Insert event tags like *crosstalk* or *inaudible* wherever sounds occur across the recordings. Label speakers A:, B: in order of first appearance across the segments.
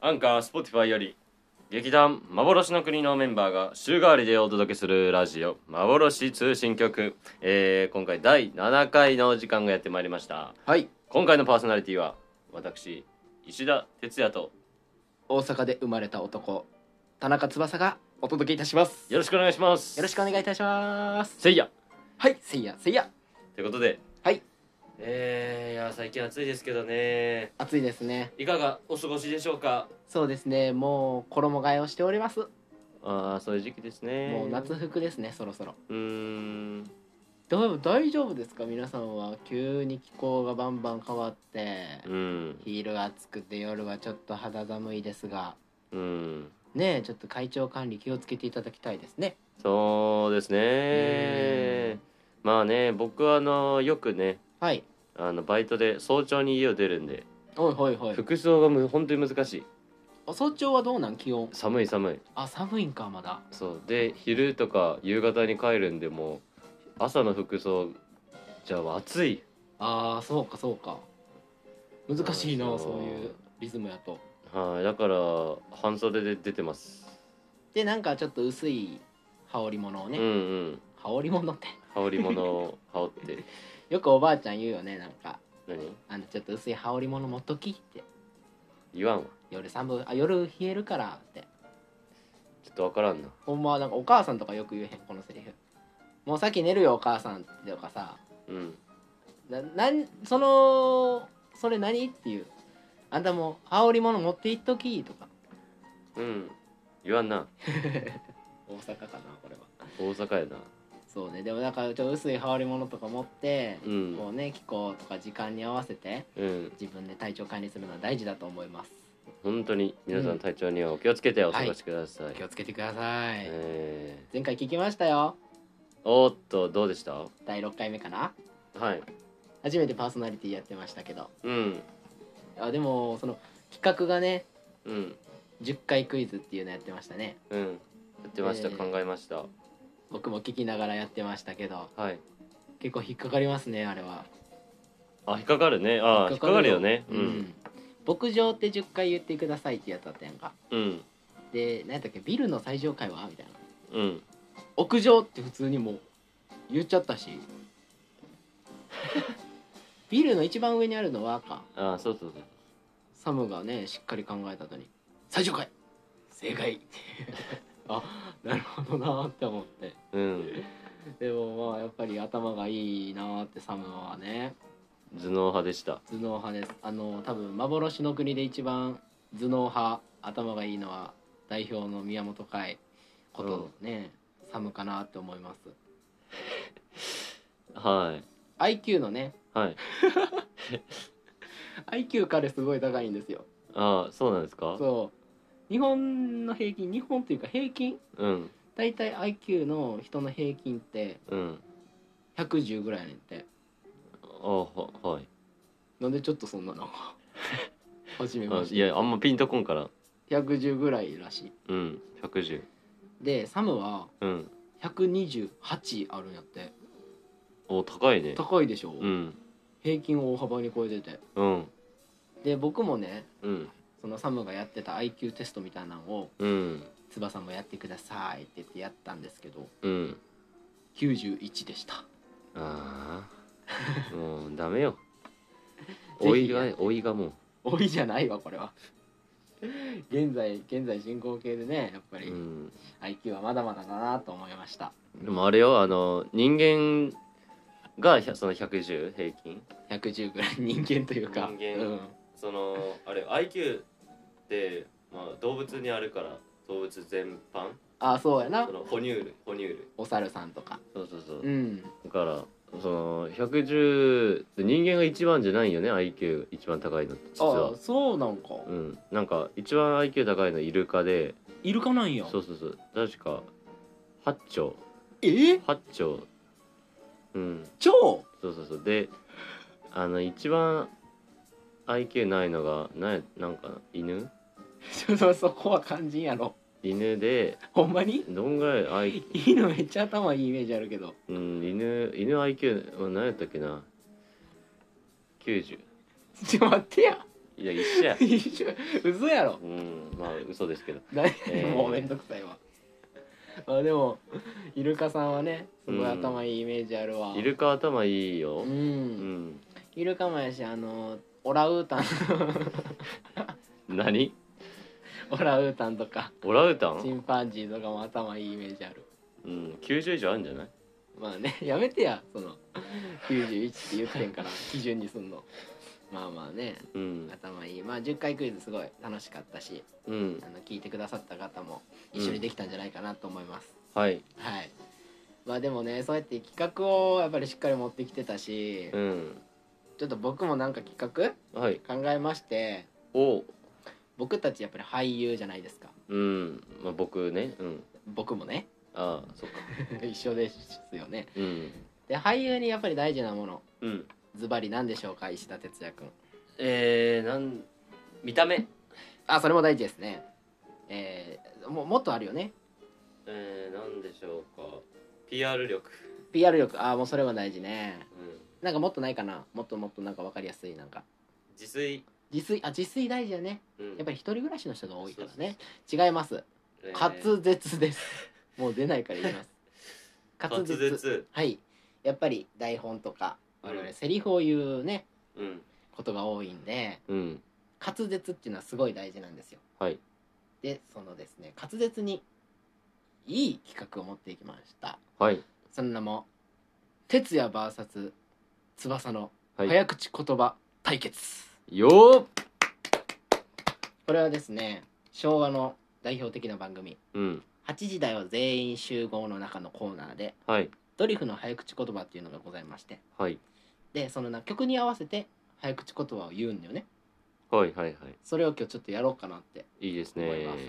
A: アンカー Spotify より劇団幻の国のメンバーが週替わりでお届けするラジオ幻通信局、えー今回第7回の時間がやってまいりました
B: はい
A: 今回のパーソナリティは私石田哲也と
B: 大阪で生まれた男田中翼がお届けいたします
A: よろしくお願いします
B: よろしくお願いいたします
A: せいや
B: はいせいやせいや
A: ということで
B: はい
A: えー、いや最近暑いですけどね
B: 暑いですね
A: いかがお過ごしでしょうか
B: そうですねもう衣替えをしております
A: ああそういう時期ですね
B: もう夏服ですねそろそろ
A: うーん
B: だ大丈夫ですか皆さんは急に気候がバンバン変わって
A: うん
B: 昼は暑くて夜はちょっと肌寒いですが
A: うん
B: ねえちょっと体調管理気をつけていただきたいですね
A: そうですね
B: うん
A: まあね僕はあのよくね
B: はい
A: あのバイトで早朝に家を出るんで
B: おいおいおい
A: 服装がむ本当に難しい
B: お早朝はどうなん気温
A: 寒い寒い
B: あ寒いんかまだ
A: そうで昼とか夕方に帰るんでもう朝の服装じゃあ暑い
B: ああそうかそうか難しいな
A: そうそう
B: そういうリズムやと
A: はいだから半袖で出てます、
B: でなんかちょっと薄い羽織物をね、
A: うんうん
B: 羽織物って *laughs*
A: 羽織物を羽織って
B: よくおばあちゃん言うよねなんか
A: 何
B: あのちょっと薄い羽織物持っときって
A: 言わんわ
B: 夜寒いあ夜冷えるからって
A: ちょっとわからんな
B: ほんまなんかお母さんとかよく言えへんこのセリフもうさっき寝るよお母さんとかさ
A: うん
B: ななんそのそれ何っていうあんたもう羽織物持っていっときとか
A: うん言わんな
B: 大阪かなこれは
A: 大阪やな
B: そうねでもだからちょっと薄い羽織物とか持って、
A: うん
B: こうね気候とか時間に合わせて
A: うん
B: 自分で体調管理するのは大事だと思います
A: 本当に皆さ
B: うんん
A: 体調にはお気をつけてお過ごしください、
B: 気をつけてください、
A: え
B: 前回聞きましたよ
A: ー、おーっとどうでした
B: 第6回目かな
A: はい
B: 初めてパーソナリティやってましたけど
A: うん
B: あでもその企画がね
A: うん
B: 10回クイズっていうのやってましたね
A: うんやってました、
B: えー
A: 考えました
B: 僕も聞きながらやってましたけど
A: はい
B: 結構引っかかりますねあれは
A: あ引っかかるねあー引っかかるよねう
B: うん、
A: ん
B: 牧場って10回言ってくださいってやつだったやんか
A: うん
B: で何やったっけビルの最上階はみたいな
A: うん
B: 屋上って普通にもう言っちゃった *laughs* しビルの一番上にあるのはか
A: あーそうそうそう
B: サムがねしっかり考えたのに最上階正解 *laughs* あなるほどなーって思って
A: うん
B: でもまあやっぱり頭がいいなーってサムはね
A: 頭脳派でした
B: 頭脳派ですあの多分幻の国で一番頭脳派頭がいいのは代表の宮本海ことね、サムかなって思います
A: はい
B: IQ のね
A: はい
B: IQ 彼すごい高いんですよ
A: ああそうなんですか
B: そう日本の平均日本というか平均
A: うん
B: 大体 IQ の人の平均って
A: うん
B: 110ぐらいやねんって
A: あーははい
B: なんでちょっとそんなの
A: *laughs*
B: 初め
A: あ
B: まし
A: い
B: て
A: やあんまピンとこんから
B: 110ぐらいらし
A: うん110
B: いでサムは
A: うん
B: 128あるんやって
A: お高いね
B: 高いでしょ、
A: うん
B: 平均を大幅に超えてて
A: うん
B: で僕もね
A: うん
B: そのサムがやってた IQ テストみたいなのを
A: うん
B: 翼もやってくださいって言ってやったんですけど
A: うん
B: 91でした
A: ああもうダメ *laughs* よ
B: ぜひ
A: 老いが老いがも
B: *laughs* 多いじゃないわこれは現在現在進行形でねやっぱ
A: う、
B: り
A: うん
B: IQ はまだまだだなと思いました
A: でもあれよあの人間がひゃその110平均
B: 110ぐらい人間というか
A: 人間
B: うん、
A: そのあれ IQ ってまあ、動物にあるから動物全般
B: あそうやな
A: その哺乳類哺乳類
B: お猿さんとか
A: そうそうそう、
B: うん
A: だからその110って人間が一番じゃないよね IQ 一番高いのって実
B: あ
A: は
B: そうなんか、
A: うんなんか一番 IQ 高いのイルカで
B: イルカなんや
A: そうそうそう確か8兆
B: え
A: 8兆うん
B: 超 *laughs*
A: そうそうそうであの一番 IQ ないのがなんなんかな犬
B: ちょっとそこは肝心やろ
A: 犬で
B: ほんまに
A: どんぐらい IQ
B: 犬めっちゃ頭いいイメージあるけど
A: うん犬犬 IQ は何やったっけな90
B: ちょ待ってや *laughs*
A: いや一緒や
B: 一緒嘘やろ
A: うんまあ嘘ですけど
B: 何
A: えー
B: もうめんどくさいわ、まあでもイルカさんはねすごい頭いいイメージあるわ、
A: イルカ頭いいよ
B: う
A: うんん
B: イルカもやしあのオランウータン
A: 何
B: オランウータンとか
A: オラウータ
B: チ
A: ン
B: ンパンジーとかも頭いいイメージある
A: うん90以上あるんじゃない
B: まあねやめてやその91って言ってんから基準にすんのまあまあね
A: うん
B: 頭いいまあ10回クイズすごい楽しかったし
A: うん
B: あの聞いてくださった方も一緒にできたんじゃないかなと思います、
A: はい
B: はいまあでもねそうやって企画をやっぱりしっかり持ってきてたし、
A: うん
B: ちょっと僕もなんか企
A: はい
B: 画考えまして
A: お
B: 僕たちやっぱり俳優じゃないですか
A: うんまあ僕ねうん
B: 僕もね
A: ああそっか
B: *laughs* 一緒ですよね
A: うん
B: で俳優にやっぱり大事なもの
A: うん
B: ズバリ何でしょうか石田哲也君
A: えー、なん見た目
B: あそれも大事ですねえー、ももっとあるよね
A: えー、なんでしょうか PR 力
B: PR 力ああもうそれは大事ね
A: うん
B: なんかもっとないかなもっともっとなんか分かりやすいなんか
A: 自炊
B: 自炊あ自炊大事だね
A: うん
B: やっぱり一人暮らしの人が多いからね
A: そ
B: 違います
A: えー
B: 滑舌ですもう出ないから言います滑
A: *laughs* 滑
B: 舌
A: 舌
B: はいやっぱり台本とか
A: うん
B: 我々セリフを言うね
A: うん
B: ことが多いんで
A: うん
B: 滑舌っていうのはすごい大事なんですよ
A: はい
B: でそのですね滑舌にいい企画を持っていきました
A: はい
B: その名も「哲也 VS 翼の
A: はい
B: 早口言葉対決
A: よーっ」
B: これはですね昭和の代表的な番組
A: うん
B: 「8時台は全員集合」の中のコーナーで
A: はい
B: ドリフの早口言葉っていうのがございまして
A: はい
B: でそのな曲に合わせて早口言葉を言うんだよね
A: はいはいは
B: それを今日ちょっとやろうかなって
A: いいいです
B: 思
A: ね
B: います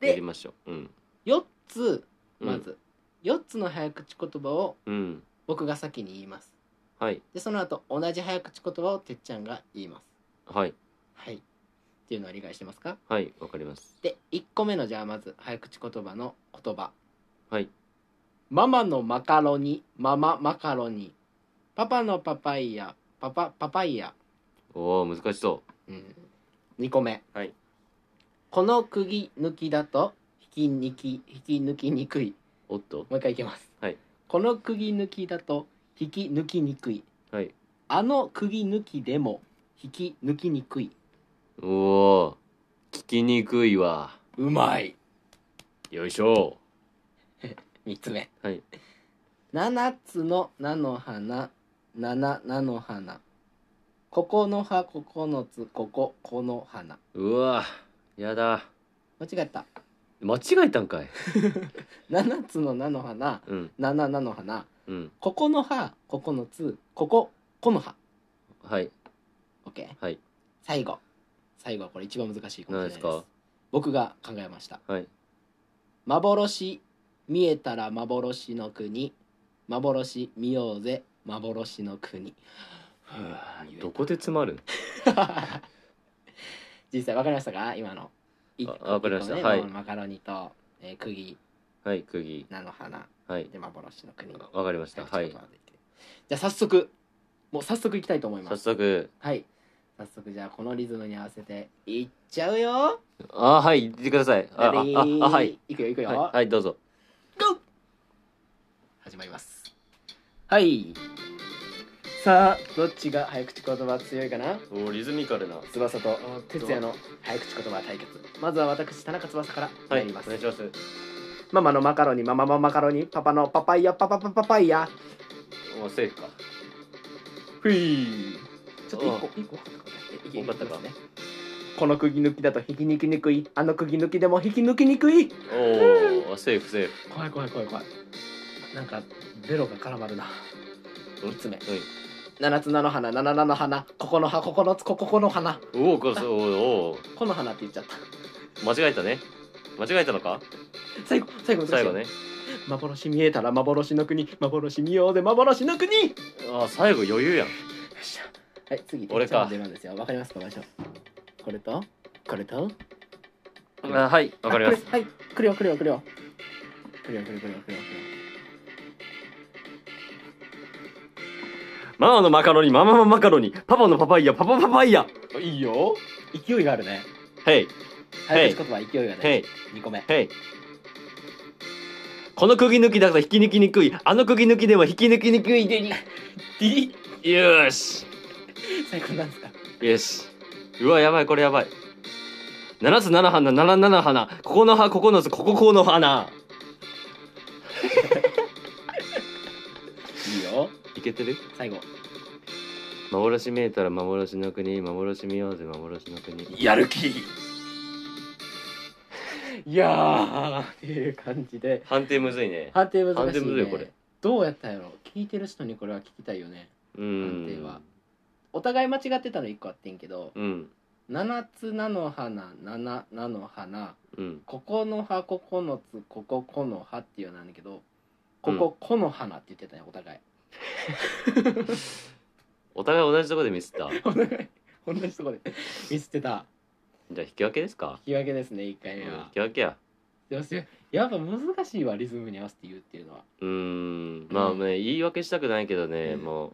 A: やり
B: で
A: ましょううん
B: 4つ
A: うん
B: まず、4つの早口言葉を
A: うん
B: 僕が先に言います
A: はい
B: でその後同じ早口言葉をてっちゃんが言います
A: はい
B: はいっていうのは理解してますか
A: はいわかります
B: で1個目のじゃあまず早口言葉の言葉
A: はい
B: ママのマカロニマママカロニパパのパパイヤパパパパイヤ、
A: おお難しそ
B: うん、2個目、
A: はい
B: この釘抜きだと引き抜き引き抜きにくいう
A: おっと
B: もう一回いきます、
A: はい
B: この釘抜きだと引き抜きにくい
A: はい
B: あの釘抜きでも引き抜きにくい
A: おお聞きにくいわ
B: うまい
A: よいしょ
B: 3つ目
A: はい
B: 7つの菜の花7菜の花ここの葉ここのつこここの花
A: うわやだ
B: 間違った
A: 間違えたんかい
B: 7つの菜の花
A: うん
B: 7菜の花
A: うん
B: ここの葉ここのつこここの葉
A: はい
B: オッケー
A: はい
B: 最後最後はこれ一番難しいかもしれない
A: 何で
B: です
A: すか
B: 僕が考えました
A: はい
B: 幻見えたら幻の国幻見ようぜ幻の国
A: どこで詰まるの
B: *laughs* 実際わかりましたか今のい
A: あわかりました
B: 一個
A: はい
B: マカロニと、えー、釘
A: はい釘
B: 菜の花
A: はい
B: で幻の国
A: わかりましたはい
B: じゃあ早速もう早速いきたいと思いま
A: 早
B: す
A: 速
B: はい早速じゃあこのリズムに合わせていっちゃうよ
A: あーはい言ってくださいあああ
B: レディー
A: あはい
B: いくよいくよ、
A: はいはいどうぞ
B: ゴー始まりますはいさあどっちが早口言葉強いかな
A: おーリズミカルな
B: 翼と哲也の早口言葉対決まずは私田中翼から
A: は
B: 参
A: い
B: り
A: お
B: ます、
A: 願いします
B: ママのマカロニママのマカロニパパのパパイヤパパパパパイヤ
A: おーセーフか
B: ふいちょっと一個
A: あ
B: 一個多かったかなえいけ
A: 多かったか
B: いきますねこの釘抜きだと引き抜きにくいあの釘抜きでも引き抜きにくい
A: おおセーフセーフ
C: 怖い怖い怖い怖いなんかベロが絡まるな
A: うん
C: 三つ目
B: 七つ菜の花七菜の花ここの葉ここのつこここの花
A: うんおおこそおーおー
B: この花って言っちゃった
A: 間違えたね間違えたのか
B: 最後最後難しい
A: 最後ね
B: 幻見えたら幻の国幻見ようで幻の国よ
A: あー最後余裕やん
B: っしゃはい次
A: 俺か
B: こっちの出番ですよわかりますか場所これとこれと
A: あはいわかります
B: あこれはいくるよくるよくるよくるよくるよくるよくるよ
A: ママのマカロニママのマカロニパパのパパイヤパパパパイヤ
B: くるよいいよ勢いがあるね
A: ヘイ
B: 早口言葉勢いが
A: ヘ
B: ね
A: イ
B: 二個目 *laughs*
A: ヘイこの釘抜きだと引き抜きにくいあの釘抜きでも引き抜きにくいでに
B: D
A: よし
B: *laughs* 最高なんですか
A: よしうわやばいこれやばい7つ7花7七花ここの葉ここのつこここの花
B: いいよ
A: いけてる
B: 最後
A: 幻見えたら幻の国幻見ようぜ幻の国
B: やる気いやーっていう感じで
A: 判定むずいね
B: 判定難しい、
A: 判定
B: ね、
A: むずいよこれ
B: どうやったんやろ聞いてる人にこれは聞きたいよね
A: うん
B: 判定はお互い間違ってたの1個あってんけど
A: うん
B: 「七つ菜の花七菜の花
A: うん
B: ここの葉ここのつこここの葉」っていうのなんだけど「こここの花」って言ってたねお互い *laughs*
A: お互い同じとこでミスった
B: お互い同じとこでミスってた
A: じゃあ引き分けですか
B: 引き分けですね1回
A: うん
B: 目
A: 引
B: は
A: き分けや
B: でもすやっぱ難しいわリズムに合わせて言うっていうのは
A: うーんまあね言い訳したくないけどね
B: うん
A: もう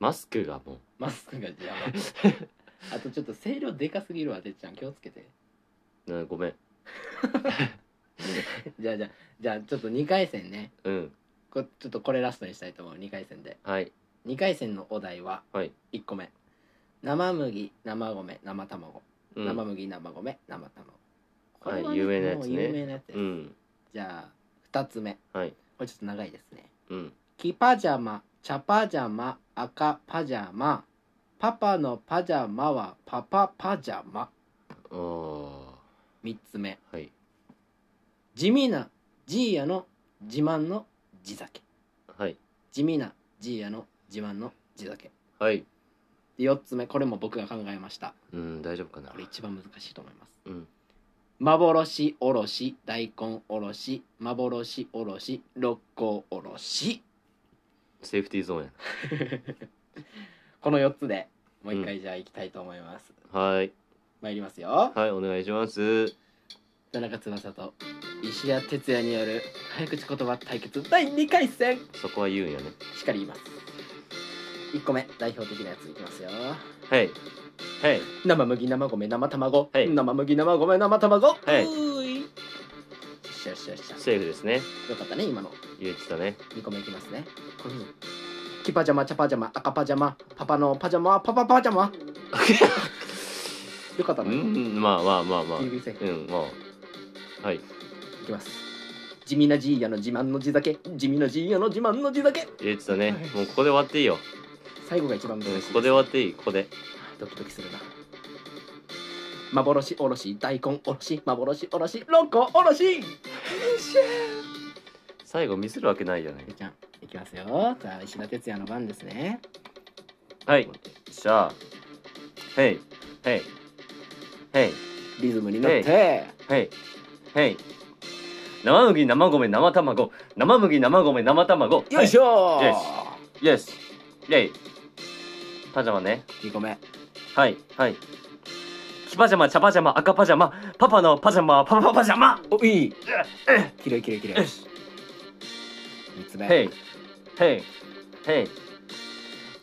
A: マスクがもう
B: マスクが邪魔あとちょっと声量でかすぎるわてっちゃん気をつけて
A: なごめん
B: じゃあじゃあじゃあちょっと2回戦ね
A: うん
B: こちょっとこれラストにしたいと思う2回戦で
A: はい
B: 2回戦のお題は
A: はい
B: 1個目、生麦生米生卵
A: う
B: 生
A: ん
B: 麦生米生卵こ
A: はい
B: れは
A: 有名なやつね
B: もう有名なやつです
A: うん
B: じゃあ2つ目
A: はい
B: これちょっと長いですね
A: うん
B: キパジャマ茶パジャマ赤パジャマパパのパジャマはパパパジャマ
A: あー
B: 3つ目
A: はい
B: 地味なジーヤの自慢の地酒
A: はい
B: 地味なジーヤの自慢の地酒
A: はい
B: で4つ目これも僕が考えました
A: うん大丈夫かな
B: これ一番難しいと思います
A: うん
B: 幻おろし大根おろし幻おろし六甲おろし
A: セーフティーゾーンや
B: この4つでもう一回じゃあ行きたいと思います、
A: はい
B: 参りますよ
A: はいお願いします
B: 田中翼と石田哲也による早口言葉対決第2回戦
A: そこは言うんやね
B: しっかり言います1個目代表的なやついきますよ
A: はいはい
B: 生麦生米生卵、
A: はい
B: 生麦生米生卵は
A: いう
B: ーいよっしゃよっしゃよっしゃ
A: セーフですね
B: よかったね今の
A: 言ってたね
B: 2個目いきますねキパジャマチャパジャマ赤パジャマパパのパジャマはパパパジ
A: *laughs*
B: ャマよかった
A: う
B: ね
A: んまあまあまあまあ
B: ギリギリセーフ
A: うんまあはい
B: いきます地味なジーヤの自慢の地酒地味なジーヤの自慢の地酒
A: 言ってたね
B: はい
A: もうここで終わっていいよ
B: 最後が一番
A: うん
B: 難しい
A: こ
B: す
A: こで終わっていいここで
B: ドキドキするな幻おろし大根おろし幻おろしロンコおろし
A: 最後見せるわけないじゃない
B: じゃんいきますよじゃあ石田哲也の番ですね
A: はいじゃあヘイヘイヘイ
B: リズムに乗って
A: ヘイヘイ生麦生米生卵生麦生米生卵
B: よいし
A: ょ
B: ょ
A: よイエスイェイパジャマね
B: 2個目
A: はいはいキパジャマ茶パジャマ赤パジャマパパのパジャマはパパパジャマ
B: おいいきれいきれいきれい
A: よし
B: 3つ目
A: ヘイヘイヘイ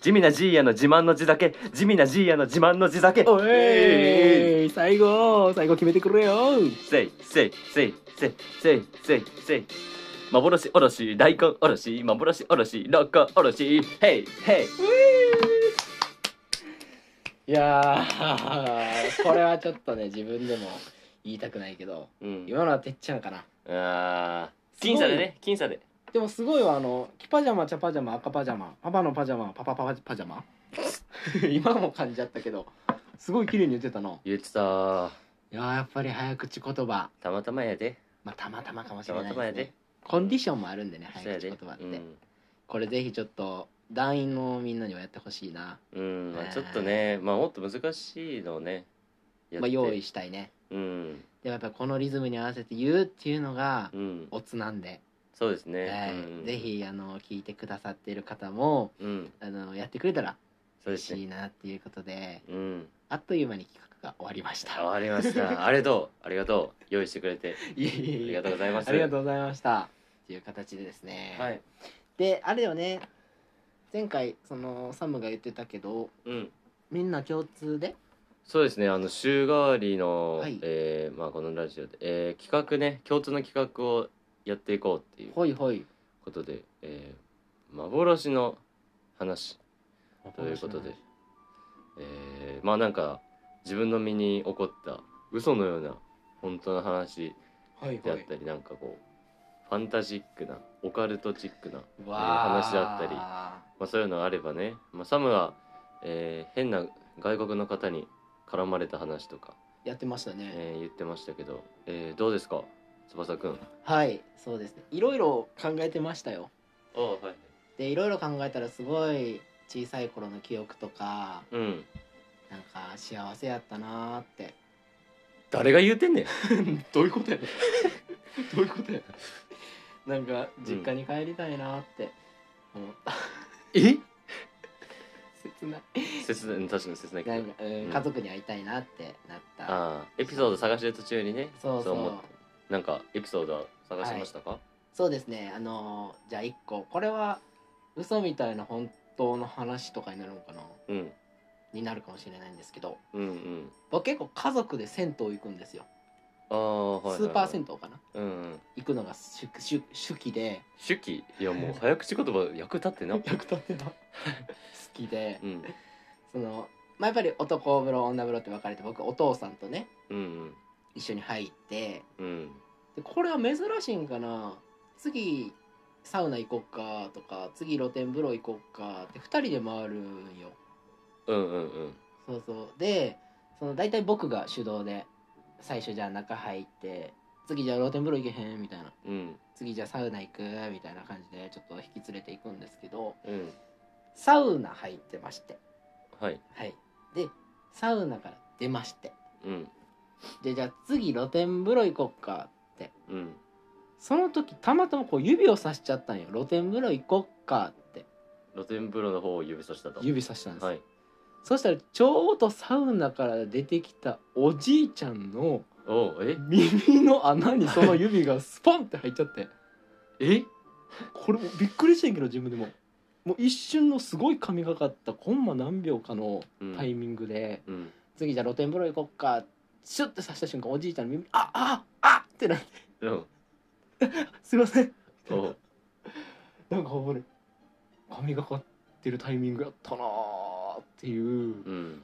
A: 地味なジーヤの自慢の地酒地味なジーヤの自慢の地酒
B: おえい最後最後決めてくれよ
A: せいせいせいせいせいせいせい幻おろし大根おろし幻おろしロコおろしヘイヘイ
B: いやーこれはちょっとね自分でも言いたくないけど
A: うん
B: 今のはてっちゃんかな
A: あー僅差でね僅差で
B: でもすごいわあの「キパジャマチャ
A: *laughs*
B: パジャマ赤パジャマパパのパジャマパパパパジャマ」今も感じちゃったけどすごい綺麗に言ってたの
A: 言ってた
B: いやーやっぱり早口言葉
A: たまたまやで
B: まあたまたまかもしたれ
A: ま
B: ないで
A: た
B: す
A: まやで
B: ねコンディションもあるんでね
A: そう
B: 早
A: や
B: 口
A: で
B: 言葉って、
A: うん
B: これぜひちょっと団員のみんなにはやってほしいな、
A: うんまあ
B: ね
A: ちょっとねまあもっと難しいのをねやっ
B: まあ、
A: て
B: 用意したいね
A: うん
B: でもやっぱこのリズムに合わせて言うっていうのが
A: うん
B: オツなんで、
A: そうですね
B: はい
A: うん
B: ぜひあの聞いてくださっている方も
A: うん
B: あのやってくれたら
A: そうで
B: 嬉
A: す
B: しい
A: ね
B: なっていうことで
A: うん
B: あっという間に企画が終わりました
A: 終わりましたあれどうありがとう用意してくれて
B: いえいえ
A: あ
B: い
A: り
B: え
A: がとうございます
B: ありがとうございましたっていう形でですね、
A: はい
B: であれよね前回そのサムが言ってたけど
A: うん
B: みんな共通で
A: そうですねあの週替わりの、
B: はい
A: えーまあ、このラジオで、えー企画ね共通の企画をやっていこうっていう
B: ほいほい
A: ことで、えー幻の話ということで、えーまあなんか自分の身に起こった嘘のような本当の話
B: はい
A: であ
B: は
A: っ
B: い
A: たり、なんかこうファンタジックなオカルトチックな、
B: う
A: えー話だったり
B: あ
A: まあ、そういうのがあればね、まあ、サムは、えー変な外国の方に絡まれた話とか
B: ーやってましたね、
A: えー言ってましたけど、えーどうですか翼くん
B: はいそうですねいろいろ考えてましたよ
A: あはい
B: でいろいろ考えたらすごい小さい頃の記憶とか
A: うん
B: なんか幸せやったなーって
A: 誰が言うてん *laughs* ねん
B: *laughs* どういうことやねどういうことやねなんか実家に帰りたいなーって思った、
A: え
B: 切ない
A: 切ないうん確かに切ないけ
B: な
A: ど
B: んか、うん、家族に会いたいなってなった
A: ああエピソード探してる途中にね
B: そうそう
A: 思ってなんかエピソードは探してましたか、
B: そうですねあのーじゃあ一個これは嘘みたいな本当の話とかになるのかな
A: うん
B: になるかもしれないんですけど
A: うんうん
B: 僕結構家族で銭湯行くんですよ、
A: ああはいはいはい
B: スーパー銭湯かな
A: 湯うんうん
B: 行くのが主主主義で
A: 手記いやもう早口言葉役立ってな
B: 役立ってな *laughs* 好きで
A: うん
B: その、まあ、やっぱり男風呂女風呂って分かれて僕お父さんとね
A: うん
B: 一緒に入って
A: うんうん
B: でこれは珍しいんかな次サウナ行こっかとか次露天風呂行こっかって2人で回るんよ
A: うんうんうん
B: そうそうでその大体僕が主導で最初じゃあ中入って次じゃあ露天風呂行けへんみたいな
A: うん
B: 次じゃあサウナ行くみたいな感じでちょっと引き連れて行くんですけど
A: うん
B: サウナ入ってまして
A: はい
B: はいでサウナから出まして
A: うん
B: でじゃあ次露天風呂行こっか
A: うん
B: その時たまたまこう指をさしちゃったんよ露天風呂行こっかって
A: 露天風呂の方を指さしたと
B: 指さしたんです、
A: はい
B: そしたらちょうどサウナから出てきたおじいちゃんの
A: おうえ
B: 耳の穴にその指がスポンって入っちゃって
A: え
B: これもびっくりしてんけど自分でももう一瞬のすごい神がかったコンマ何秒かの
A: うん
B: タイミングで、
A: うん
B: 次じゃあ露天風呂行こっかシュッて刺した瞬間おじいちゃんの耳あああってなって
A: うん
B: すいません
A: おう
B: なんか俺神がかってるタイミングやったなーっていうすっ
A: うん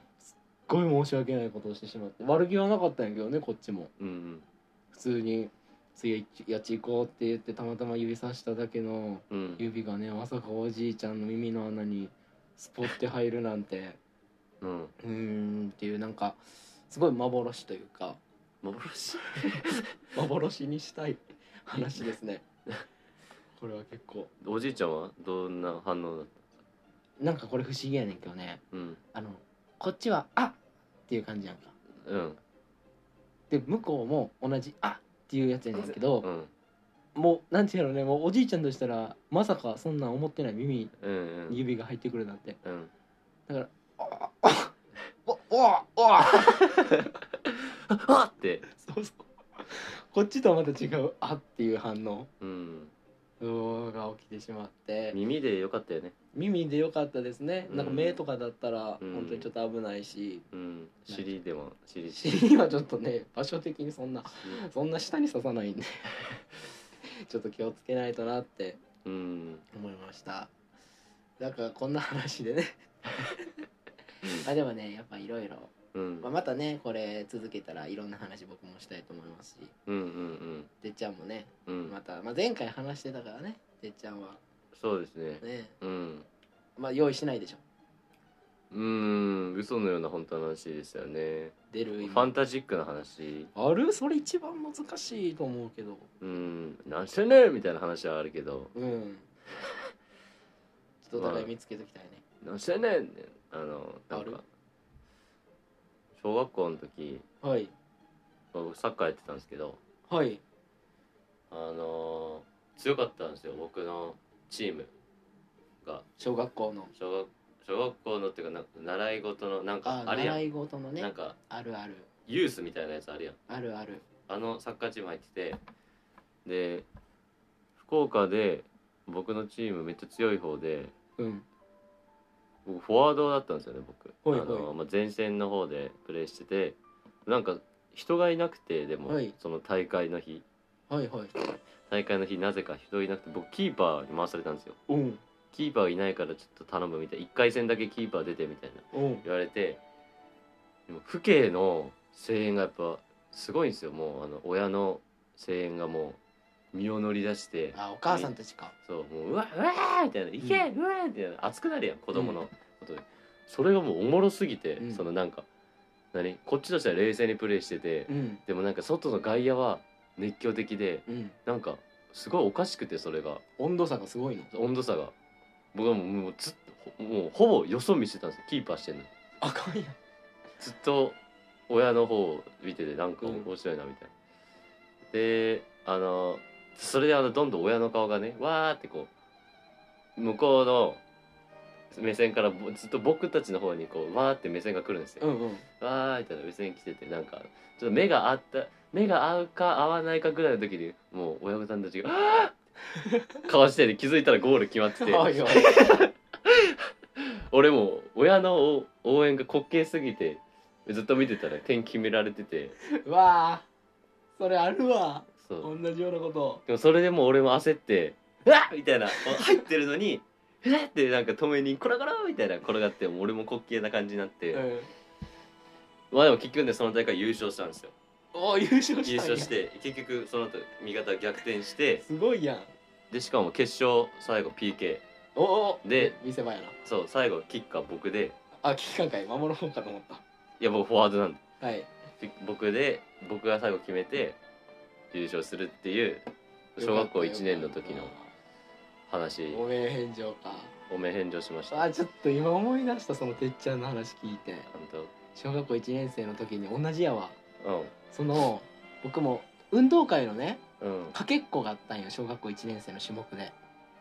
B: ごい申し訳ないことをしてしまって悪気はなかったんやけどねこっちも
A: うんうん
B: 普通に「次やち行こう」って言ってたまたま指さしただけの
A: うん
B: 指がねまさかおじいちゃんの耳の穴にスポッて入るなんて
A: うん
B: うーんっていうなんかすごい幻というか
A: 幻
B: 幻にしたい話ですねこれは結構
A: おじいちゃんはどんな反応だっ
B: なんかこれ不思議やねんけどね
A: たうん
B: あのこっちは「あっていう感じやんか
A: うん
B: で向こうも同じ「あっていうやつやねんけ
A: う
B: ど
A: ん
B: もうなんていうのねもうおじいちゃんとしたらまさかそんなん思ってない耳
A: うん
B: に指が入ってくるなんて
A: うんうん
B: だから「あああおおお
A: あっって
B: *laughs* そうそうこっちとはまた違う「あ」っていう反応
A: うん
B: が起きてしまって
A: 耳でよかったよね
B: 耳でよかったですねなんか
A: うん
B: 目とかだったら
A: うん
B: 本当にちょっと危ないし、 *laughs*
A: うん尻でも尻
B: 尻はちょっとね場所的にそんなそんな下に刺さない
A: *laughs*
B: んでちょっと気をつけないとなって
A: うん
B: 思いましたなんかこんな話でね *laughs* あでもねやっぱいろいろ
A: うん
B: まあまたねこれ続けたらいろんな話僕もしたいと思いますし
A: うんうん
B: てっちゃんもね
A: うんうん
B: また、まあ、前回話してたからねてっちゃんは
A: そうですね
B: ね
A: うん
B: まあ用意してないでしょ
A: うーん嘘のような本当の話でしたよね
B: 出る
A: フ
B: 今
A: ァンタジックな話
B: あるそれ一番難しいと思うけど
A: うんなんしてんねんみたいな話はあるけど
B: うんちょっとお互い見つけときたいね、
A: なんしてんねんってあのなん
B: ある
A: か小学校の時
B: はい
A: 僕サッカーやってたんですけど
B: はい
A: あのー強かったんですよ僕のチームが
B: 小学校の
A: 小学小学校のっていうかな習い事のなんか
B: あ
A: あるや
B: 習
A: ん、
B: い事の
A: なん
B: ね
A: か
B: あるある
A: ユースみたいなやつあるやん
B: あるある
A: あのサッカーチーム入っててで福岡で僕のチームめっちゃ強い方で
B: うん
A: 僕フォワードだったんですよね僕、
B: はいはい
A: あのまあ、前線の方でプレーしててなんか人がいなくてでも、
B: はい
A: その大会の日
B: はいはい
A: 大会の日なぜか人いなくて僕キーパーに回されたんですよ
B: うん
A: キーパーいないからちょっと頼むみたいな1回戦だけキーパー出てみたいな
B: うん
A: 言われてでも父兄の声援がやっぱすごいんですよもうあの親の声援がもう身を乗り出して
B: あお母さんたちか
A: そうもううわうわーみたいな「いけうわー!」みたいな熱くなるやん子供
B: う
A: のことで、それがもうおもろすぎて、
B: うん
A: そのなんか何こっちとしては冷静にプレーしてて、
B: うん
A: でもなんか外の外野は熱狂的で
B: うん
A: なんかすごいおかしくてそれが
B: 温度差がすごいの
A: 温度差が僕はもうもうずっともうほぼよそ見してたんですよキーパーしてんの
B: あかんやん
A: ずっと親の方を見ててなんか
B: うん
A: 面白いなみたいな、であのそれであのどんどん親の顔がねわーってこう向こうの目線からぼずっと僕たちの方にこうわーって目線が来るんですよ、
B: うんうん
A: わーみたいな目線来ててなんかちょっと目が合った目が合うか合わないかぐらいの時にもう親御さんたちが「あー顔してて気づいたらゴール決まってて
B: *laughs* はいはい
A: 俺も親の応援が滑稽すぎてずっと見てたら点決められてて
B: うわあそれあるわ
A: そう
B: 同じようなこと
A: でもそれでもう俺も焦って「うわっ!」みたいなこう入ってるのに「うわっ!」ってなんか止めに「コラコラ!」みたいな転がってもう俺も滑稽な感じになって、
B: うん
A: まあでも結局ねその大会優勝したんですよ
B: お優勝したんや
A: 優勝して結局その後味方が逆転して
B: すごいやん
A: でしかも決勝最後 PK
B: おお
A: で
B: 見せ場やな
A: そう最後キッカー僕で
B: あ危機感会守ろうかと思っ
A: いや僕フォワードなんで
B: たはい
A: で僕で僕が最後決めて優勝するっていう小学校1年の時の話
B: おめえ返上か
A: おめ返上しました
B: あちょっと今思い出したそのてっちゃんの話聞いて
A: 本
B: 小学校1年生の時に同じやわ
A: 当
B: その僕も運動会のね
A: うんうん
B: かけっこがあったんよ小学校1年生の種目で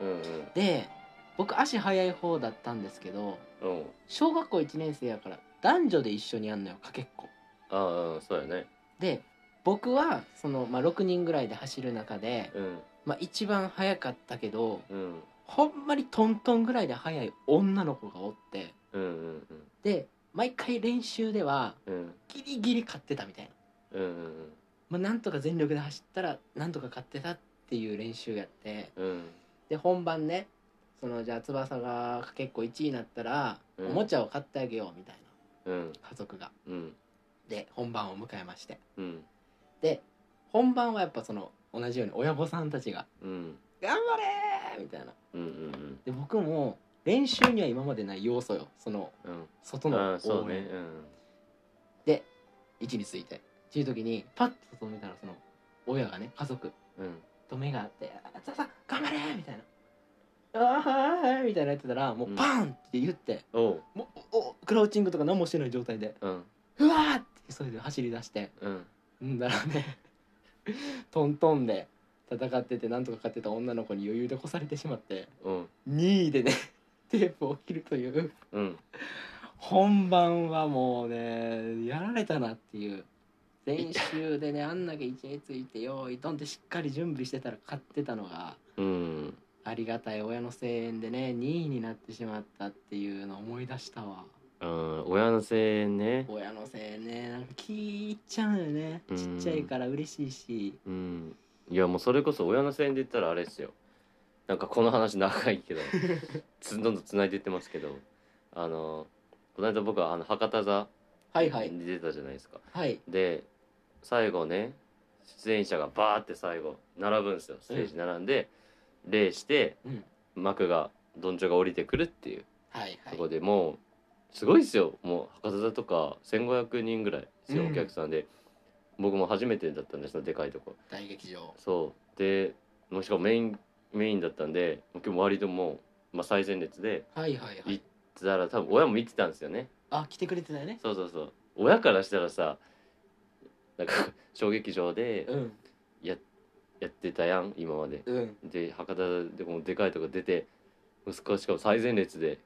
A: うん
B: で僕足速い方だったんですけど
A: うんうん
B: 小学校1年生やから男女で一緒にやんのよかけっこ
A: ああうんそうやね
B: で僕はその、まあ、6人ぐらいで走る中で、
A: うん
B: まあ、一番速かったけど
A: うん
B: ほんまにトントンぐらいで速い女の子がおって
A: うんうん
B: で毎回練習では
A: うんうん
B: ギリギリ勝ってたみたいな、
A: うんうん
B: まあ、なんとか全力で走ったらなんとか勝ってたっていう練習やって
A: うん
B: で本番ねそのじゃあ翼が結構1位になったら、
A: うん
B: おもちゃを買ってあげようみたい
A: うん
B: な家族が
A: うん
B: で本番を迎えまして
A: うん
B: で本番はやっぱその同じように親御さんたちが
A: うん
B: 「頑張れ!」みたいな
A: うんうん
B: で僕も練習には今までない要素よその
A: うん
B: 外
A: うんあ
B: の
A: あそう
B: 応
A: ね
B: 援、
A: うん
B: で位置についてっていう時にパッと外を見たらその親がね家族
A: うん
B: と目が合って「あささ頑張れ!」みたいな「ああはいはい」みたいなやってたらもうパーンって言って、
A: おう
B: もうおクラウチングとか何もしてない状態で
A: うん
B: 「うわー!」ってそれで走り出して
A: うん
B: んだらねトントンで戦っててなんとか勝ってた女の子に余裕で越されてしまって
A: うん
B: 2位でねテープを切るという。
A: うん
B: 本番はもうねやられたなっていう練習でねあんだけ位置について用意ドンってしっかり準備してたら勝ってたのが
A: うん
B: ありがたい親の声援でね2位になってしまったっていうのを思い出したわ
A: うん親の声援ね
B: 親の声援ねなんか聞いちゃうよね
A: うん
B: ちっちゃいから嬉しいし
A: うんいやもうそれこそ親の声援で言ったらあれですよなんかこの話長いけどつどんどん繋いでいってますけどあのこの間僕はあの博多座
B: はいはい
A: に出たじゃないですか、
B: はい
A: で最後ね出演者がバーって最後並ぶんですよステージ並んで、礼して
B: うん
A: 幕がどんちょが降りてくるっていう
B: はいは
A: と
B: い
A: こでもうすごいですよもう博多座とか1500人ぐらいですよ、
D: うん
A: お客さんで僕も初めてだったんですよでかいとこ
B: 大劇場
A: そうでもうしかもメインメインだったんでもう今日割ともう、まあ、最前列で
B: はいはいはい
A: いだから多分親も見てたんですよね
B: あ来てくれてないね
A: そうそうそう親からしたらさなんか *laughs* 小劇場で
B: うん
A: やってたやん今まで
B: うん
A: で博多でもでかいとこ出て息子はしかも最前列で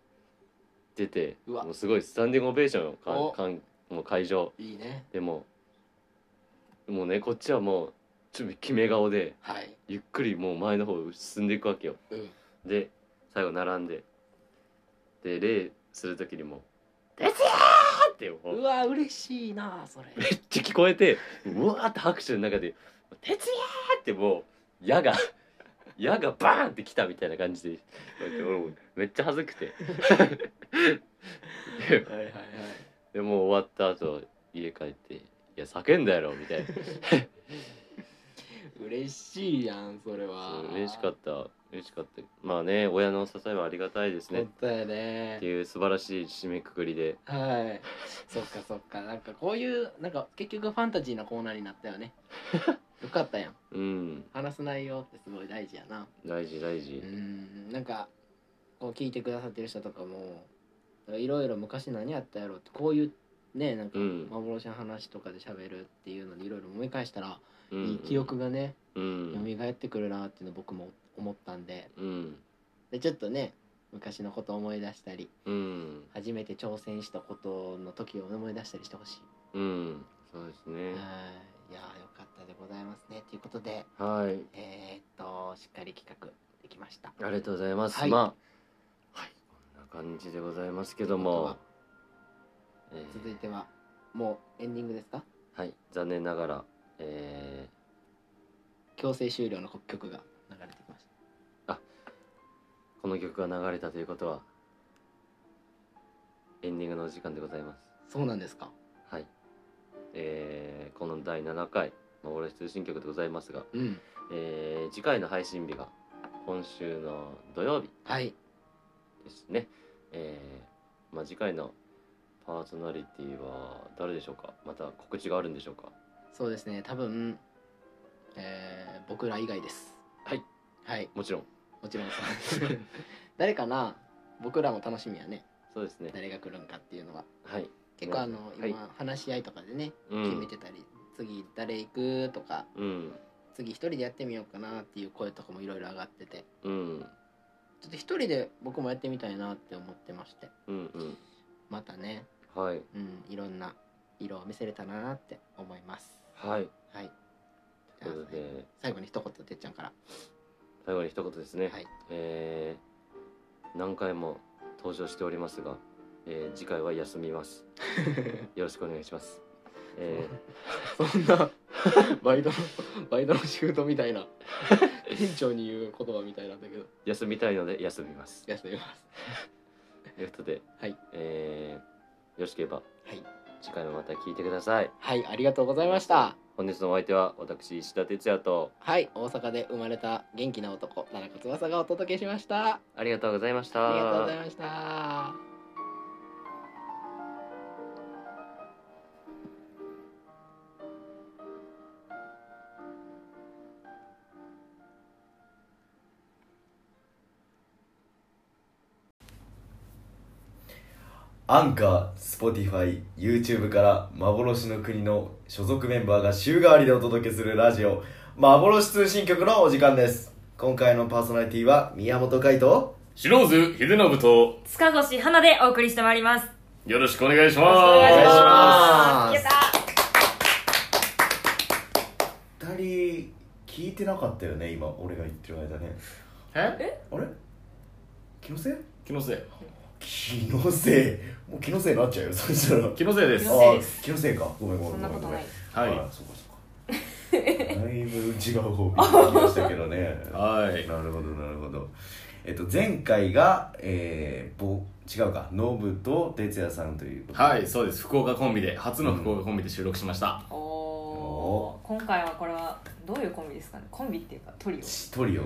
A: 出て
B: うわ
A: もうすごいスタンディングオベーションよかん
B: お
A: かんもう会場
B: いいね
A: でももうねこっちはもうちょっと決め顔で
B: はい
A: ゆっくりもう前の方進んでいくわけよ
B: うん
A: で最後並んでで礼する時にも「ですよ!」ってもう
B: うわ嬉しいなそれ
A: めっちゃ聞こえてうわーって拍手の中で「徹夜!」ってもう矢が *laughs* 矢がバーンって来たみたいな感じで俺もめっちゃ恥ずくてで
B: はいはいはい
A: でもう終わった後家帰って「いや叫んだやろ」みたいな
B: *laughs* 嬉しいやんそれは
A: そう嬉しかった嬉しかったまあね親の支えはありがたいですね
B: 本当や
A: っ
B: ね
A: ていう素晴らしい締めくくりで
B: はいそっかそっかなんかこういうなんか結局ファンタジーなコーナーになっ
A: *laughs*
B: たよねよかったやん
A: うん
B: 話す内容ってすごい大事やな
A: 大事大
B: う
A: 事
B: んなんかこう聞いてくださってる人とかもいろいろ昔何やったやろってこういうねなんか
A: うん
B: 幻の話とかで喋るっていうのにいろいろ思い返したら、
A: うん
B: いい記憶がね
A: うん
B: 蘇ってくるなっていうの僕も思ったんで
A: うん
B: でちょっとね昔のこと思い出したり
A: うん
B: 初めて挑戦したことの時を思い出したりしてほし
A: うんそうです
B: い、
A: ね
B: はいいやーよかったでございますねということで
A: はい
B: えー、っとしっかり企画できました
A: ありがとうございます。
B: はい
A: まあ、はい、こんな感じでございますけども、えー
B: 続いてはもうエンディングですか
A: はい、残念ながら、え
B: 強制終了の曲が流れてきまし
A: ーこの曲が流れたということは、エンディングのお時間でございます。
B: たそうなんですか
A: はい、えーこの第7回、幻通信局でございますが、
B: うん
A: えー次回の配信日が今週の土曜日
B: はい
A: ですね。えーまあ、次回のパーソナリティは誰でしょうかまた告知があるんでしょうか
B: そうですね多分、えー僕ら以外です
A: はい
B: はい
A: もちろん
B: もちろんそう *laughs* 誰かな僕らも楽しみやね
A: そうですね
B: 誰が来るんかっていうのは
A: はい
B: 結構あの、
A: はい
B: 今話し合いとかでね
A: う
B: 決め
A: ん
B: てたり、次誰行くとか
A: うん
B: 次一人でやってみようかなっていう声とかもいろいろ上がってて
A: うん
B: ちょっと一人で僕もやってみたいなって思ってまして
A: うん
B: またね
A: うんはい
B: うんいろんな色を見せれたらなって思います
A: はい
B: はい
A: ということ
B: じゃあ
A: で
B: 最後に一言てっちゃんから
A: 最後に一言ですね、
B: はい
A: えー何回も登場しておりますが、えー次回は休みます
B: *laughs*
A: よろしくお願いしますえ
B: そんな *laughs* バイトのバイトのシフトみたいな *laughs* 店長に言う言葉みたいなんだけど
A: ー休みたいので休みます
B: 休みます
A: ということで、
B: はい
A: えーよろしければ
B: はい
A: 次回もまた聞いてください
B: はいありがとうございました
A: 本日のお相手は私石田哲也と
B: はい大阪で生まれた元気な男田中翼がお届けしました
A: ありがとうございました
B: ありがとうございました
E: アンカー、Spotify、YouTube から幻の国の所属メンバーが週替わりでお届けするラジオ幻通信局のお時間です今回のパーソナリティは宮本海斗
F: 白津秀信と
G: 塚越花でお送りしてまいります。
F: よろしくお願いし
G: お
F: ま
E: 願いし
F: す
E: ます
G: やった
E: 二人聞いてなかったよね今俺が言ってる間ね
B: え
E: あれ気のせい
F: 気のせい
E: 気のせいもう気のせいになっちゃうよそしたら
F: 気のせいです
G: 気のせい
E: あ気のせい
G: です
E: かごめんごめんご
G: そん
E: め
G: なんこと
E: ごめん
G: ない。
F: はい
E: あそうかそうかだ
G: *laughs*
E: いぶ違う方向に行きましたけどね
F: はい
E: なるほどなるほどえっと前回がえー、ぼ違うかノブと哲也さんということで
F: はいそうです福岡コンビで初の福岡コンビで収録しました、
G: お *laughs* おー。今回はこれはどういうコンビですかね。コンビっていうかトリオ。
E: トリオ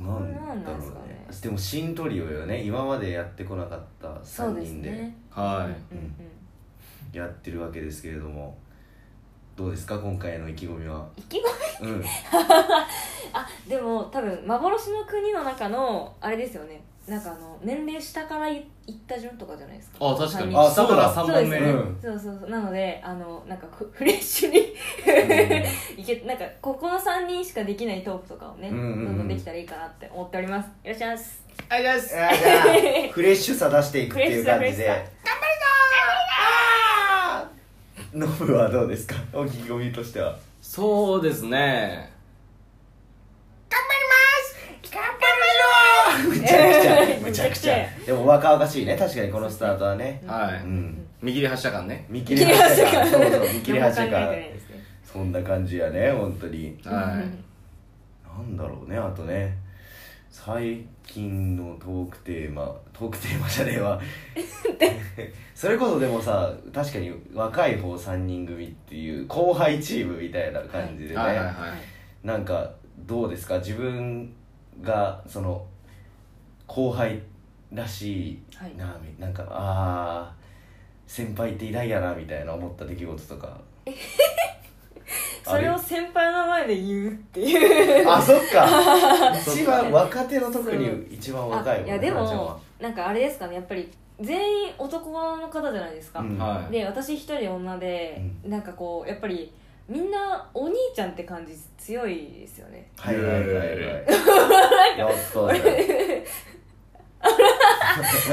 E: なんだろう
G: なん
E: ね
G: ですかね
E: でも新トリオよね今までやってこなかった
G: そう
E: 3
G: です
E: 人で
G: ね
F: はい
G: うんうん
E: やってるわけですけれどもどうですか今回の意気込みは
G: 意気込
E: うん
G: あでも多分幻の国の中のあれですよねなんかあの年齢下からいいった順とかじゃないですか
F: あ確かに
E: あ
F: 下
E: そう
F: から
E: だ
F: 3
G: そうで
F: 番
G: す
F: 目、
G: ね、そうそうそうなのであのなんかフフレッシュにいけなんかここの3人しかできないトークとかをね、
E: うんうんうん
G: どんどんできたらいいかなって思っておりますいらっしゃい
E: *laughs*
G: ます
E: あじゃあじゃあ
G: *laughs*
E: フレッシュさ出していくっていう感じ
G: フ
E: で
G: レッシュさ
E: 頑張るぞノブはどうですかお意気込みとしては
F: そうですね
E: むちゃくちゃむちゃくち
G: むちゃ
E: ゃでも若々しいね確かにこのスタートはね
F: は
E: う
F: い、
E: ん
F: 見切り発車感ね
E: 見切り発車かそうそう見切り
G: 何も
E: 発
G: 考
E: 車
G: えてな
E: か
G: いですね
E: そんな感じやね本当に
F: は
G: うん
F: い
E: なんだろうねあとね最近のトークテーマトークテーマじゃね
F: *laughs*
E: えわそれこそでもさ確かに若い方3人組っていう後輩チームみたいな感じでね、
F: はいはいは
G: はいい
E: なんかどうですか自分がその後輩らしい
G: はい
E: な,、みなんかあー先輩って偉大やなみたいな思った出来事とか
G: それ
E: あ
G: を先輩の前で言うっていう
E: あそっ
G: *laughs*
E: か一番若手の特に一番若い
G: あ
E: もん
G: い
E: ね
G: やで
E: 花ちゃんは
G: もなんかあれですかねやっぱり全員男の方じゃないですか、
E: うん
F: はい
G: で私一人女で、なんかこうやっぱりみんなお兄ちゃんって感じ強いですよね
E: はいはいはいはい
G: *laughs*
F: いやいやい
E: やっとだよ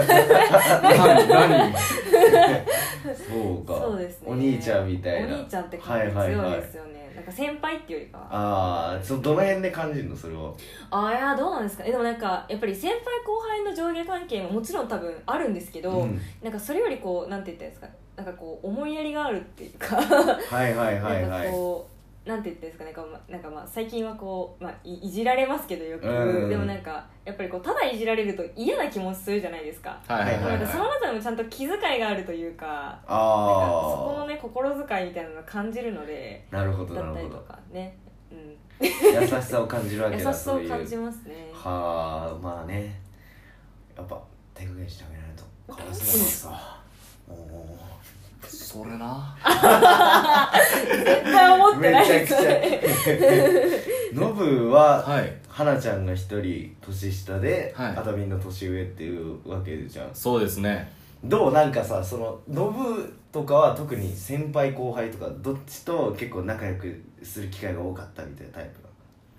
F: 何何
E: そうか
G: そうですね
E: お兄ちゃんみたいな
G: お兄ちゃんって感じ
E: はいは
G: 強い
E: いは
G: で
E: い
G: すよね、なんか先輩っていうよりかは
E: ああそどの辺で感じるのそれは
G: ああいやどうなんですかえでもなんかやっぱり先輩後輩の上下関係ももちろん多分あるんですけど、
E: うん
G: なんかそれよりこうなんて言ったらいいですかなんかこう思いやりがあるっていうか
E: はいはいはい
G: なん
E: は
G: か
E: い
G: こうなんて言ってんですかねこうまなんかまあ最近はこう、まあ、いいじられますけどよく、
E: うん
G: でもなんかやっぱりこうただいじられると嫌な気もするじゃないですか、
F: はいはいはい
G: でもなんかその
F: は
G: 中でもちゃんと気遣いがあるというかなんかそこ
E: あ
G: のね心遣いみたいなのを感じるので
E: あなるほどな
G: だ
E: る
G: ったり
E: ほ
G: と
E: ど
G: かね、うん、
E: 優しさを感じるわ
G: 優
E: け
G: し
E: だ
G: さ
E: そ
G: を
E: ういう
G: 感じますね
E: はあまあねやっぱ手加減してあげないとかわいそうださも
F: いそれな
G: 絶対思
E: う
G: って
E: め
G: ない
E: ちゃ
G: で
E: く
G: す
E: ちゃ *laughs* ノブは
F: はい
E: 花ちゃんが一人年下で、
F: はい
E: あとみんな年上っていうわけじゃん
F: そうですね
E: どうなんかさそのノブとかは特に先輩後輩とかどっちと結構仲良くする機会が多かったみたいなタイプ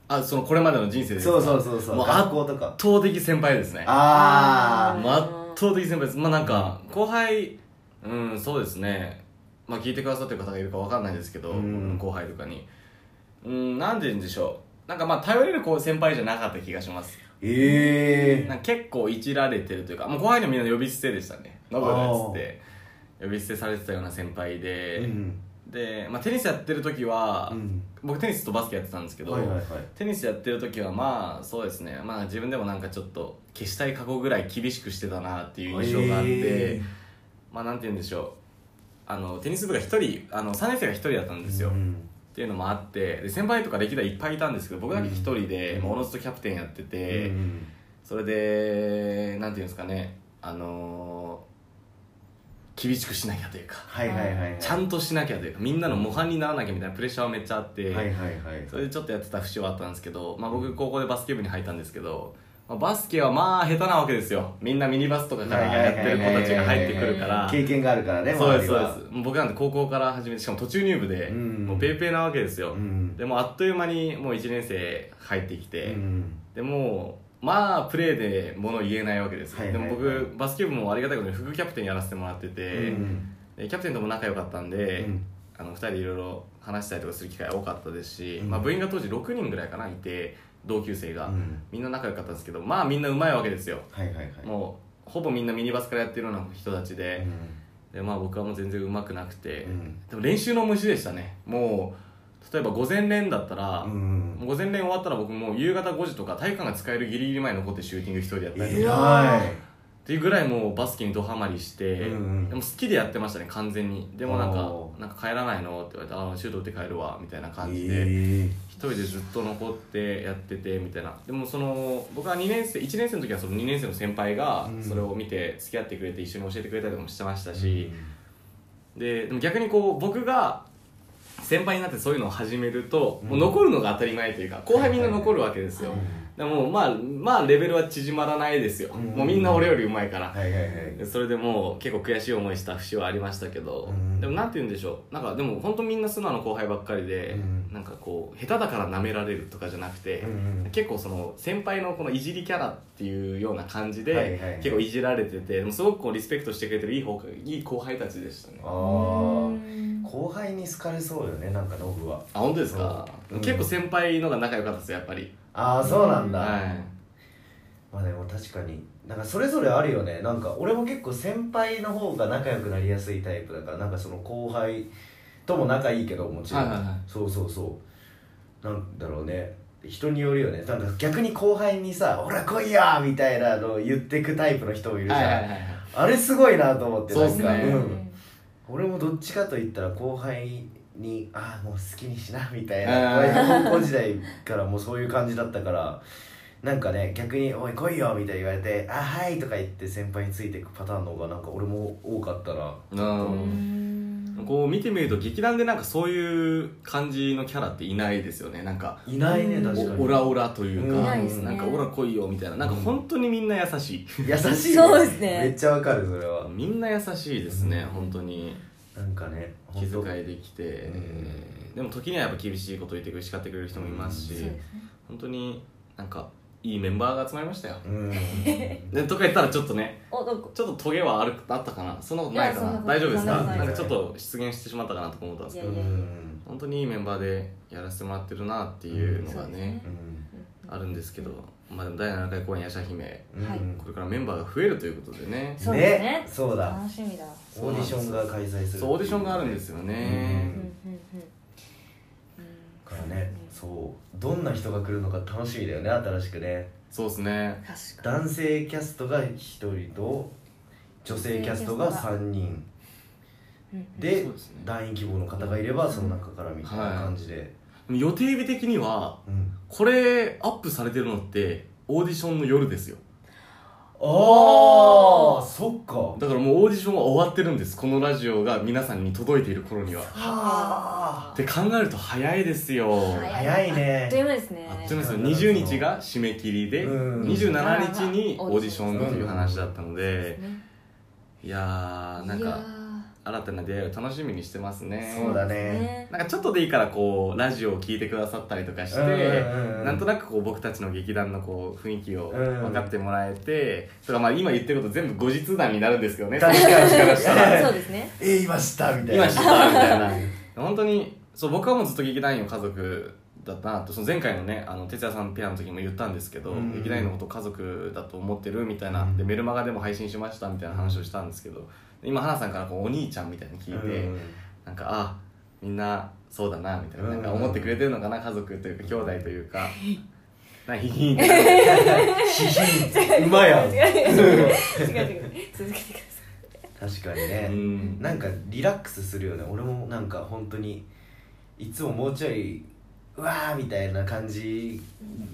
F: あそのこれまでの人生ですか
E: そうそうそうそう
F: もう
E: 学校とか
F: 圧倒的先輩ですね
E: あ
G: あ
E: ー
F: まあ圧倒的先輩ですまあなんか後輩うんそうですねまあ聞いてくださってる方がいるかわかんないですけど、
E: うん
F: 後輩とかにうんなんて言うんでしょうなんかまあ頼れる子先輩じゃなかった気がします
E: ええ
F: なんか結構いじられてるというかもう後輩のみんな呼び捨てでしたね「ノブ」っつって呼び捨てされてたような先輩で、
E: うん
F: で、まあ、テニスやってる時は、
E: うん
F: 僕テニスとバスケやってたんですけど、
E: はいはいはい
F: テニスやってる時はまあそうですねまあ自分でもなんかちょっと消したい過去ぐらい厳しくしてたなっていう印象があって、
E: え
F: まあなんて言うんでしょうあのテニス部が1人あの3年生が1人だったんですよ、
E: う
F: っ
E: ん
F: ていうのもあってで先輩とか歴代いっぱいいたんですけど僕だけ1人で、
E: うん
F: もうおのずとキャプテンやってて、
E: うん
F: それでなんていうんですかねあのー厳しくしなきゃというか
E: はいはいはいはい
F: ちゃんとしなきゃというかみんなの模範にならなきゃみたいなプレッシャーはめっちゃあって、
E: はいはいはい
F: それでちょっとやってた節はあったんですけど、まあ、僕高校でバスケ部に入ったんですけど、まあ、バスケはまあ下手なわけですよみんなミニバスとかからやってる子たちが入ってくるから
E: 経験があるからね
F: そうです
E: 周り
F: そう
E: は
F: ですもう僕なんて高校から始めてしかも途中入部で、
E: うん
F: もうペーペーなわけですよ、
E: うん
F: でもうあっという間にもう1年生入ってきて、
E: うん
F: でもうまあプレーで物言えないわけですよ、
E: はいはいはい
F: でも僕バスケ部もありがたいことに副キャプテンやらせてもらって
E: う
F: て、
E: ん
F: でキャプテンとも仲良かったんで、
E: うん
F: あの2人でいろいろ話したりとかする機会多かったですし、
E: うん
F: まあ、部員が当時6人ぐらいかないて同級生が、
E: うん
F: みんな仲良かったんですけどまあみんなうまいわけですよ、
E: はいはいはい
F: もうほぼみんなミニバスからやってるような人たちで,、でまあ、僕はもう全然うまくなくて、
E: うん
F: でも練習の虫でしたねもう例えば午前練だったら、
E: うんうん
F: もう午前練終わったら僕もう夕方5時とか体育館が使えるギリギリ前に残ってシューティング一人でやったりとか
E: 偉い
F: っていうぐらいもうバスケにドハマりして、
E: うんうん
F: でも好きでやってましたね完全にでもなんか
E: お
F: 「なんか帰らないの?」って言われて「ああシュート打って帰るわ」みたいな感じで、
E: え
F: 一人でずっと残ってやっててみたいなでもその僕は2年生1年生の時はその2年生の先輩が
E: うん
F: それを見て付き合ってくれて一緒に教えてくれたりとかもしてました
E: え
F: し、ででも逆にこう僕が先輩になってそういうのを始めると、
E: うん
F: もう残るのが当たり前というか後輩みんな残るわけですよ、でもまあまあレベルは縮まらないですよ、
E: うん
F: もうみんな俺よりうまいから、
E: はいはいはい
F: でそれでもう結構悔しい思いした節はありましたけど、
E: うん
F: でもなんて言うんでしょうなんかでも本当みんな素直な後輩ばっかりで、
E: うん
F: なんかこう下手だから舐められるとかじゃなくて、
E: うん
F: 結構その先輩のこのいじりキャラっていうような感じで、
E: はいはい
F: 結構いじられててでもすごくこうリスペクトしてくれてるいい方いい後輩たちでしたね
E: あ
F: あ
E: ー後輩に好かれそうよねなんかノブは
F: 本当ですか、
E: うん
F: 結構先輩のが仲良かったですよやっぱり、
E: ああそうなんだ、
F: はい
E: まあでも確かになんかそれぞれあるよねなんか俺も結構先輩の方が仲良くなりやすいタイプだからなんかその後輩とも仲いいけどもちろん、
F: はいはいはい
E: そうそうそうなんだろうね人によるよねなんか逆に後輩にさ「ほら来いや!」みたいなのを言ってくタイプの人もいるじゃん、
F: い
E: あれすごいなと思って
F: そうっ
E: なん
F: す
E: か
F: ね
E: うん、俺もどっちかと言ったら後輩に「ああもう好きにしな」みたい
F: あ
E: な高校時代からもうそういう感じだったからなんかね逆に「おい来いよ」みたいに言われて「あはい」とか言って先輩についていくパターンの方がなんか俺も多かったな
F: うんこう見てみると劇団でなんかそういう感じのキャラっていないですよねなんか
E: いないね
G: うん
E: 確かに
F: おオラオラという
E: うんい
F: か
E: ないですね
F: なんかオラ来いよみたいななんか本当にみんな優しい
E: 優しい
G: そうですね
E: めっちゃわかるそれは
F: みんな優しいですね本当に
E: なんかね
F: 気遣
E: 本当
F: いできて
E: ん
F: でも時にはやっぱ厳しいこと言ってくれ叱ってくれる人もいますし本当になんかいいメンバーが集まりましたよ
E: うん
F: でとか言ったらちょっとね
G: おどこ
F: ちょっとトゲはあるあったかなそんなことないか
G: いや
F: な
G: そんなこと
F: 大丈夫ですか
G: ない
E: ない
F: なんかちょっと出現してしまったかなとか思ったんですけど
G: いや
E: うんうん
F: 本当にいいメンバーでやらせてもらってるなっていうのが
G: そうです
F: ね
G: ね
F: あるんですけど、まあ、でも第7回公演「やしゃ姫
E: うん
G: はい」
F: これからメンバーが増えるということでね
G: そうですね
E: そうだ
G: 楽しみだ
E: オーディションが開催する
F: そうオーディションがあるんですすよね
G: うんうんうん
E: からねそうどんな人が来るのか楽しみだよね新しくね
F: そうですね
G: 確かに
E: 男性キャストが1人と女性キャストが3人
G: うんうん
E: で
F: そうですね
E: 団員希望の方がいればその中からみたいな感じで、
F: でも予定日的には
E: うん、
F: これアップされてるのってオーディションの夜ですよ
E: ああそっか
F: だからもうオーディションは終わってるんですこのラジオが皆さんに届いている頃にはっ
E: はあ
F: て考えると早いですよ
G: 早
E: 早い
G: あ
E: ね
G: っという間ですね
F: あっという間ですよ20日が締め切りで
E: うん
F: 27日にオーディションという話だったので
G: ね
F: いやーなん
G: いや
F: か新たな出会いを楽しみにしてますね
E: そうだね
G: ーね
F: なんかちょっとでいいからこうラジオを聞いてくださったりとかして、
E: うん
F: なんとなくこう僕たちの劇団のこう雰囲気を
E: うん
F: 分かってもらえて、それからまあ今言ってること全部後日談になるんですけどね
E: 確かに
F: からしたら
G: そうです
E: *laughs*
G: ね
E: えー、いましたみたいな
F: 今知ったみたいな本当にそう僕はもうずっと劇団員を家族だったなとその前回のねあの哲也さんペアの時も言ったんですけど、
E: うん
F: 劇団員のことを家族だと思ってるみたいな、
E: う
F: で
E: ん
F: メルマガでも配信しましたみたいな話をしたんですけど今花さんからこうお兄ちゃんみたいに聞いて、
E: うん *laughs*
F: なんかあみんなそうだなみたいな,、
E: うん
F: なんか思ってくれてるのかな家族というか兄弟というか。 *laughs* なんかヒヒン
E: うまや
G: *laughs*
E: ん
G: 違う違う違う違う続けてくださ
E: 確かにね、
F: うん
E: なんかリラックスするよね俺もなんか本当にいつももうちょいうわーみたいな感じ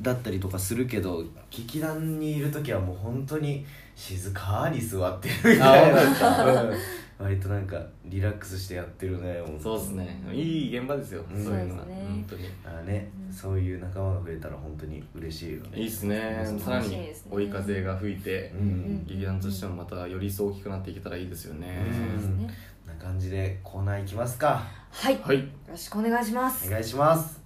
E: だったりとかするけど劇団にいる時はもう本当に静かに座ってるみたい
F: あ本当です
E: な、うん割となんかリラックスしてやってるね本当
F: そうですねいい現場ですよ、
E: うん
F: そういうのは
G: そうですね
F: 本当に
E: だからね、そういう仲間が増えたら本当に嬉しいよね
F: いいっすね
E: うん
F: さら
G: 楽しみ
F: に
G: ですね
F: 追い風が吹いて
E: う、
G: ん
E: ん
F: 劇団としてもまたより一層大きくなっていけたらいいですよね、
E: うん
G: ね
E: な感じでコーナーいきますか
G: いはい
F: はい
G: よろしくお願いします
E: お願いします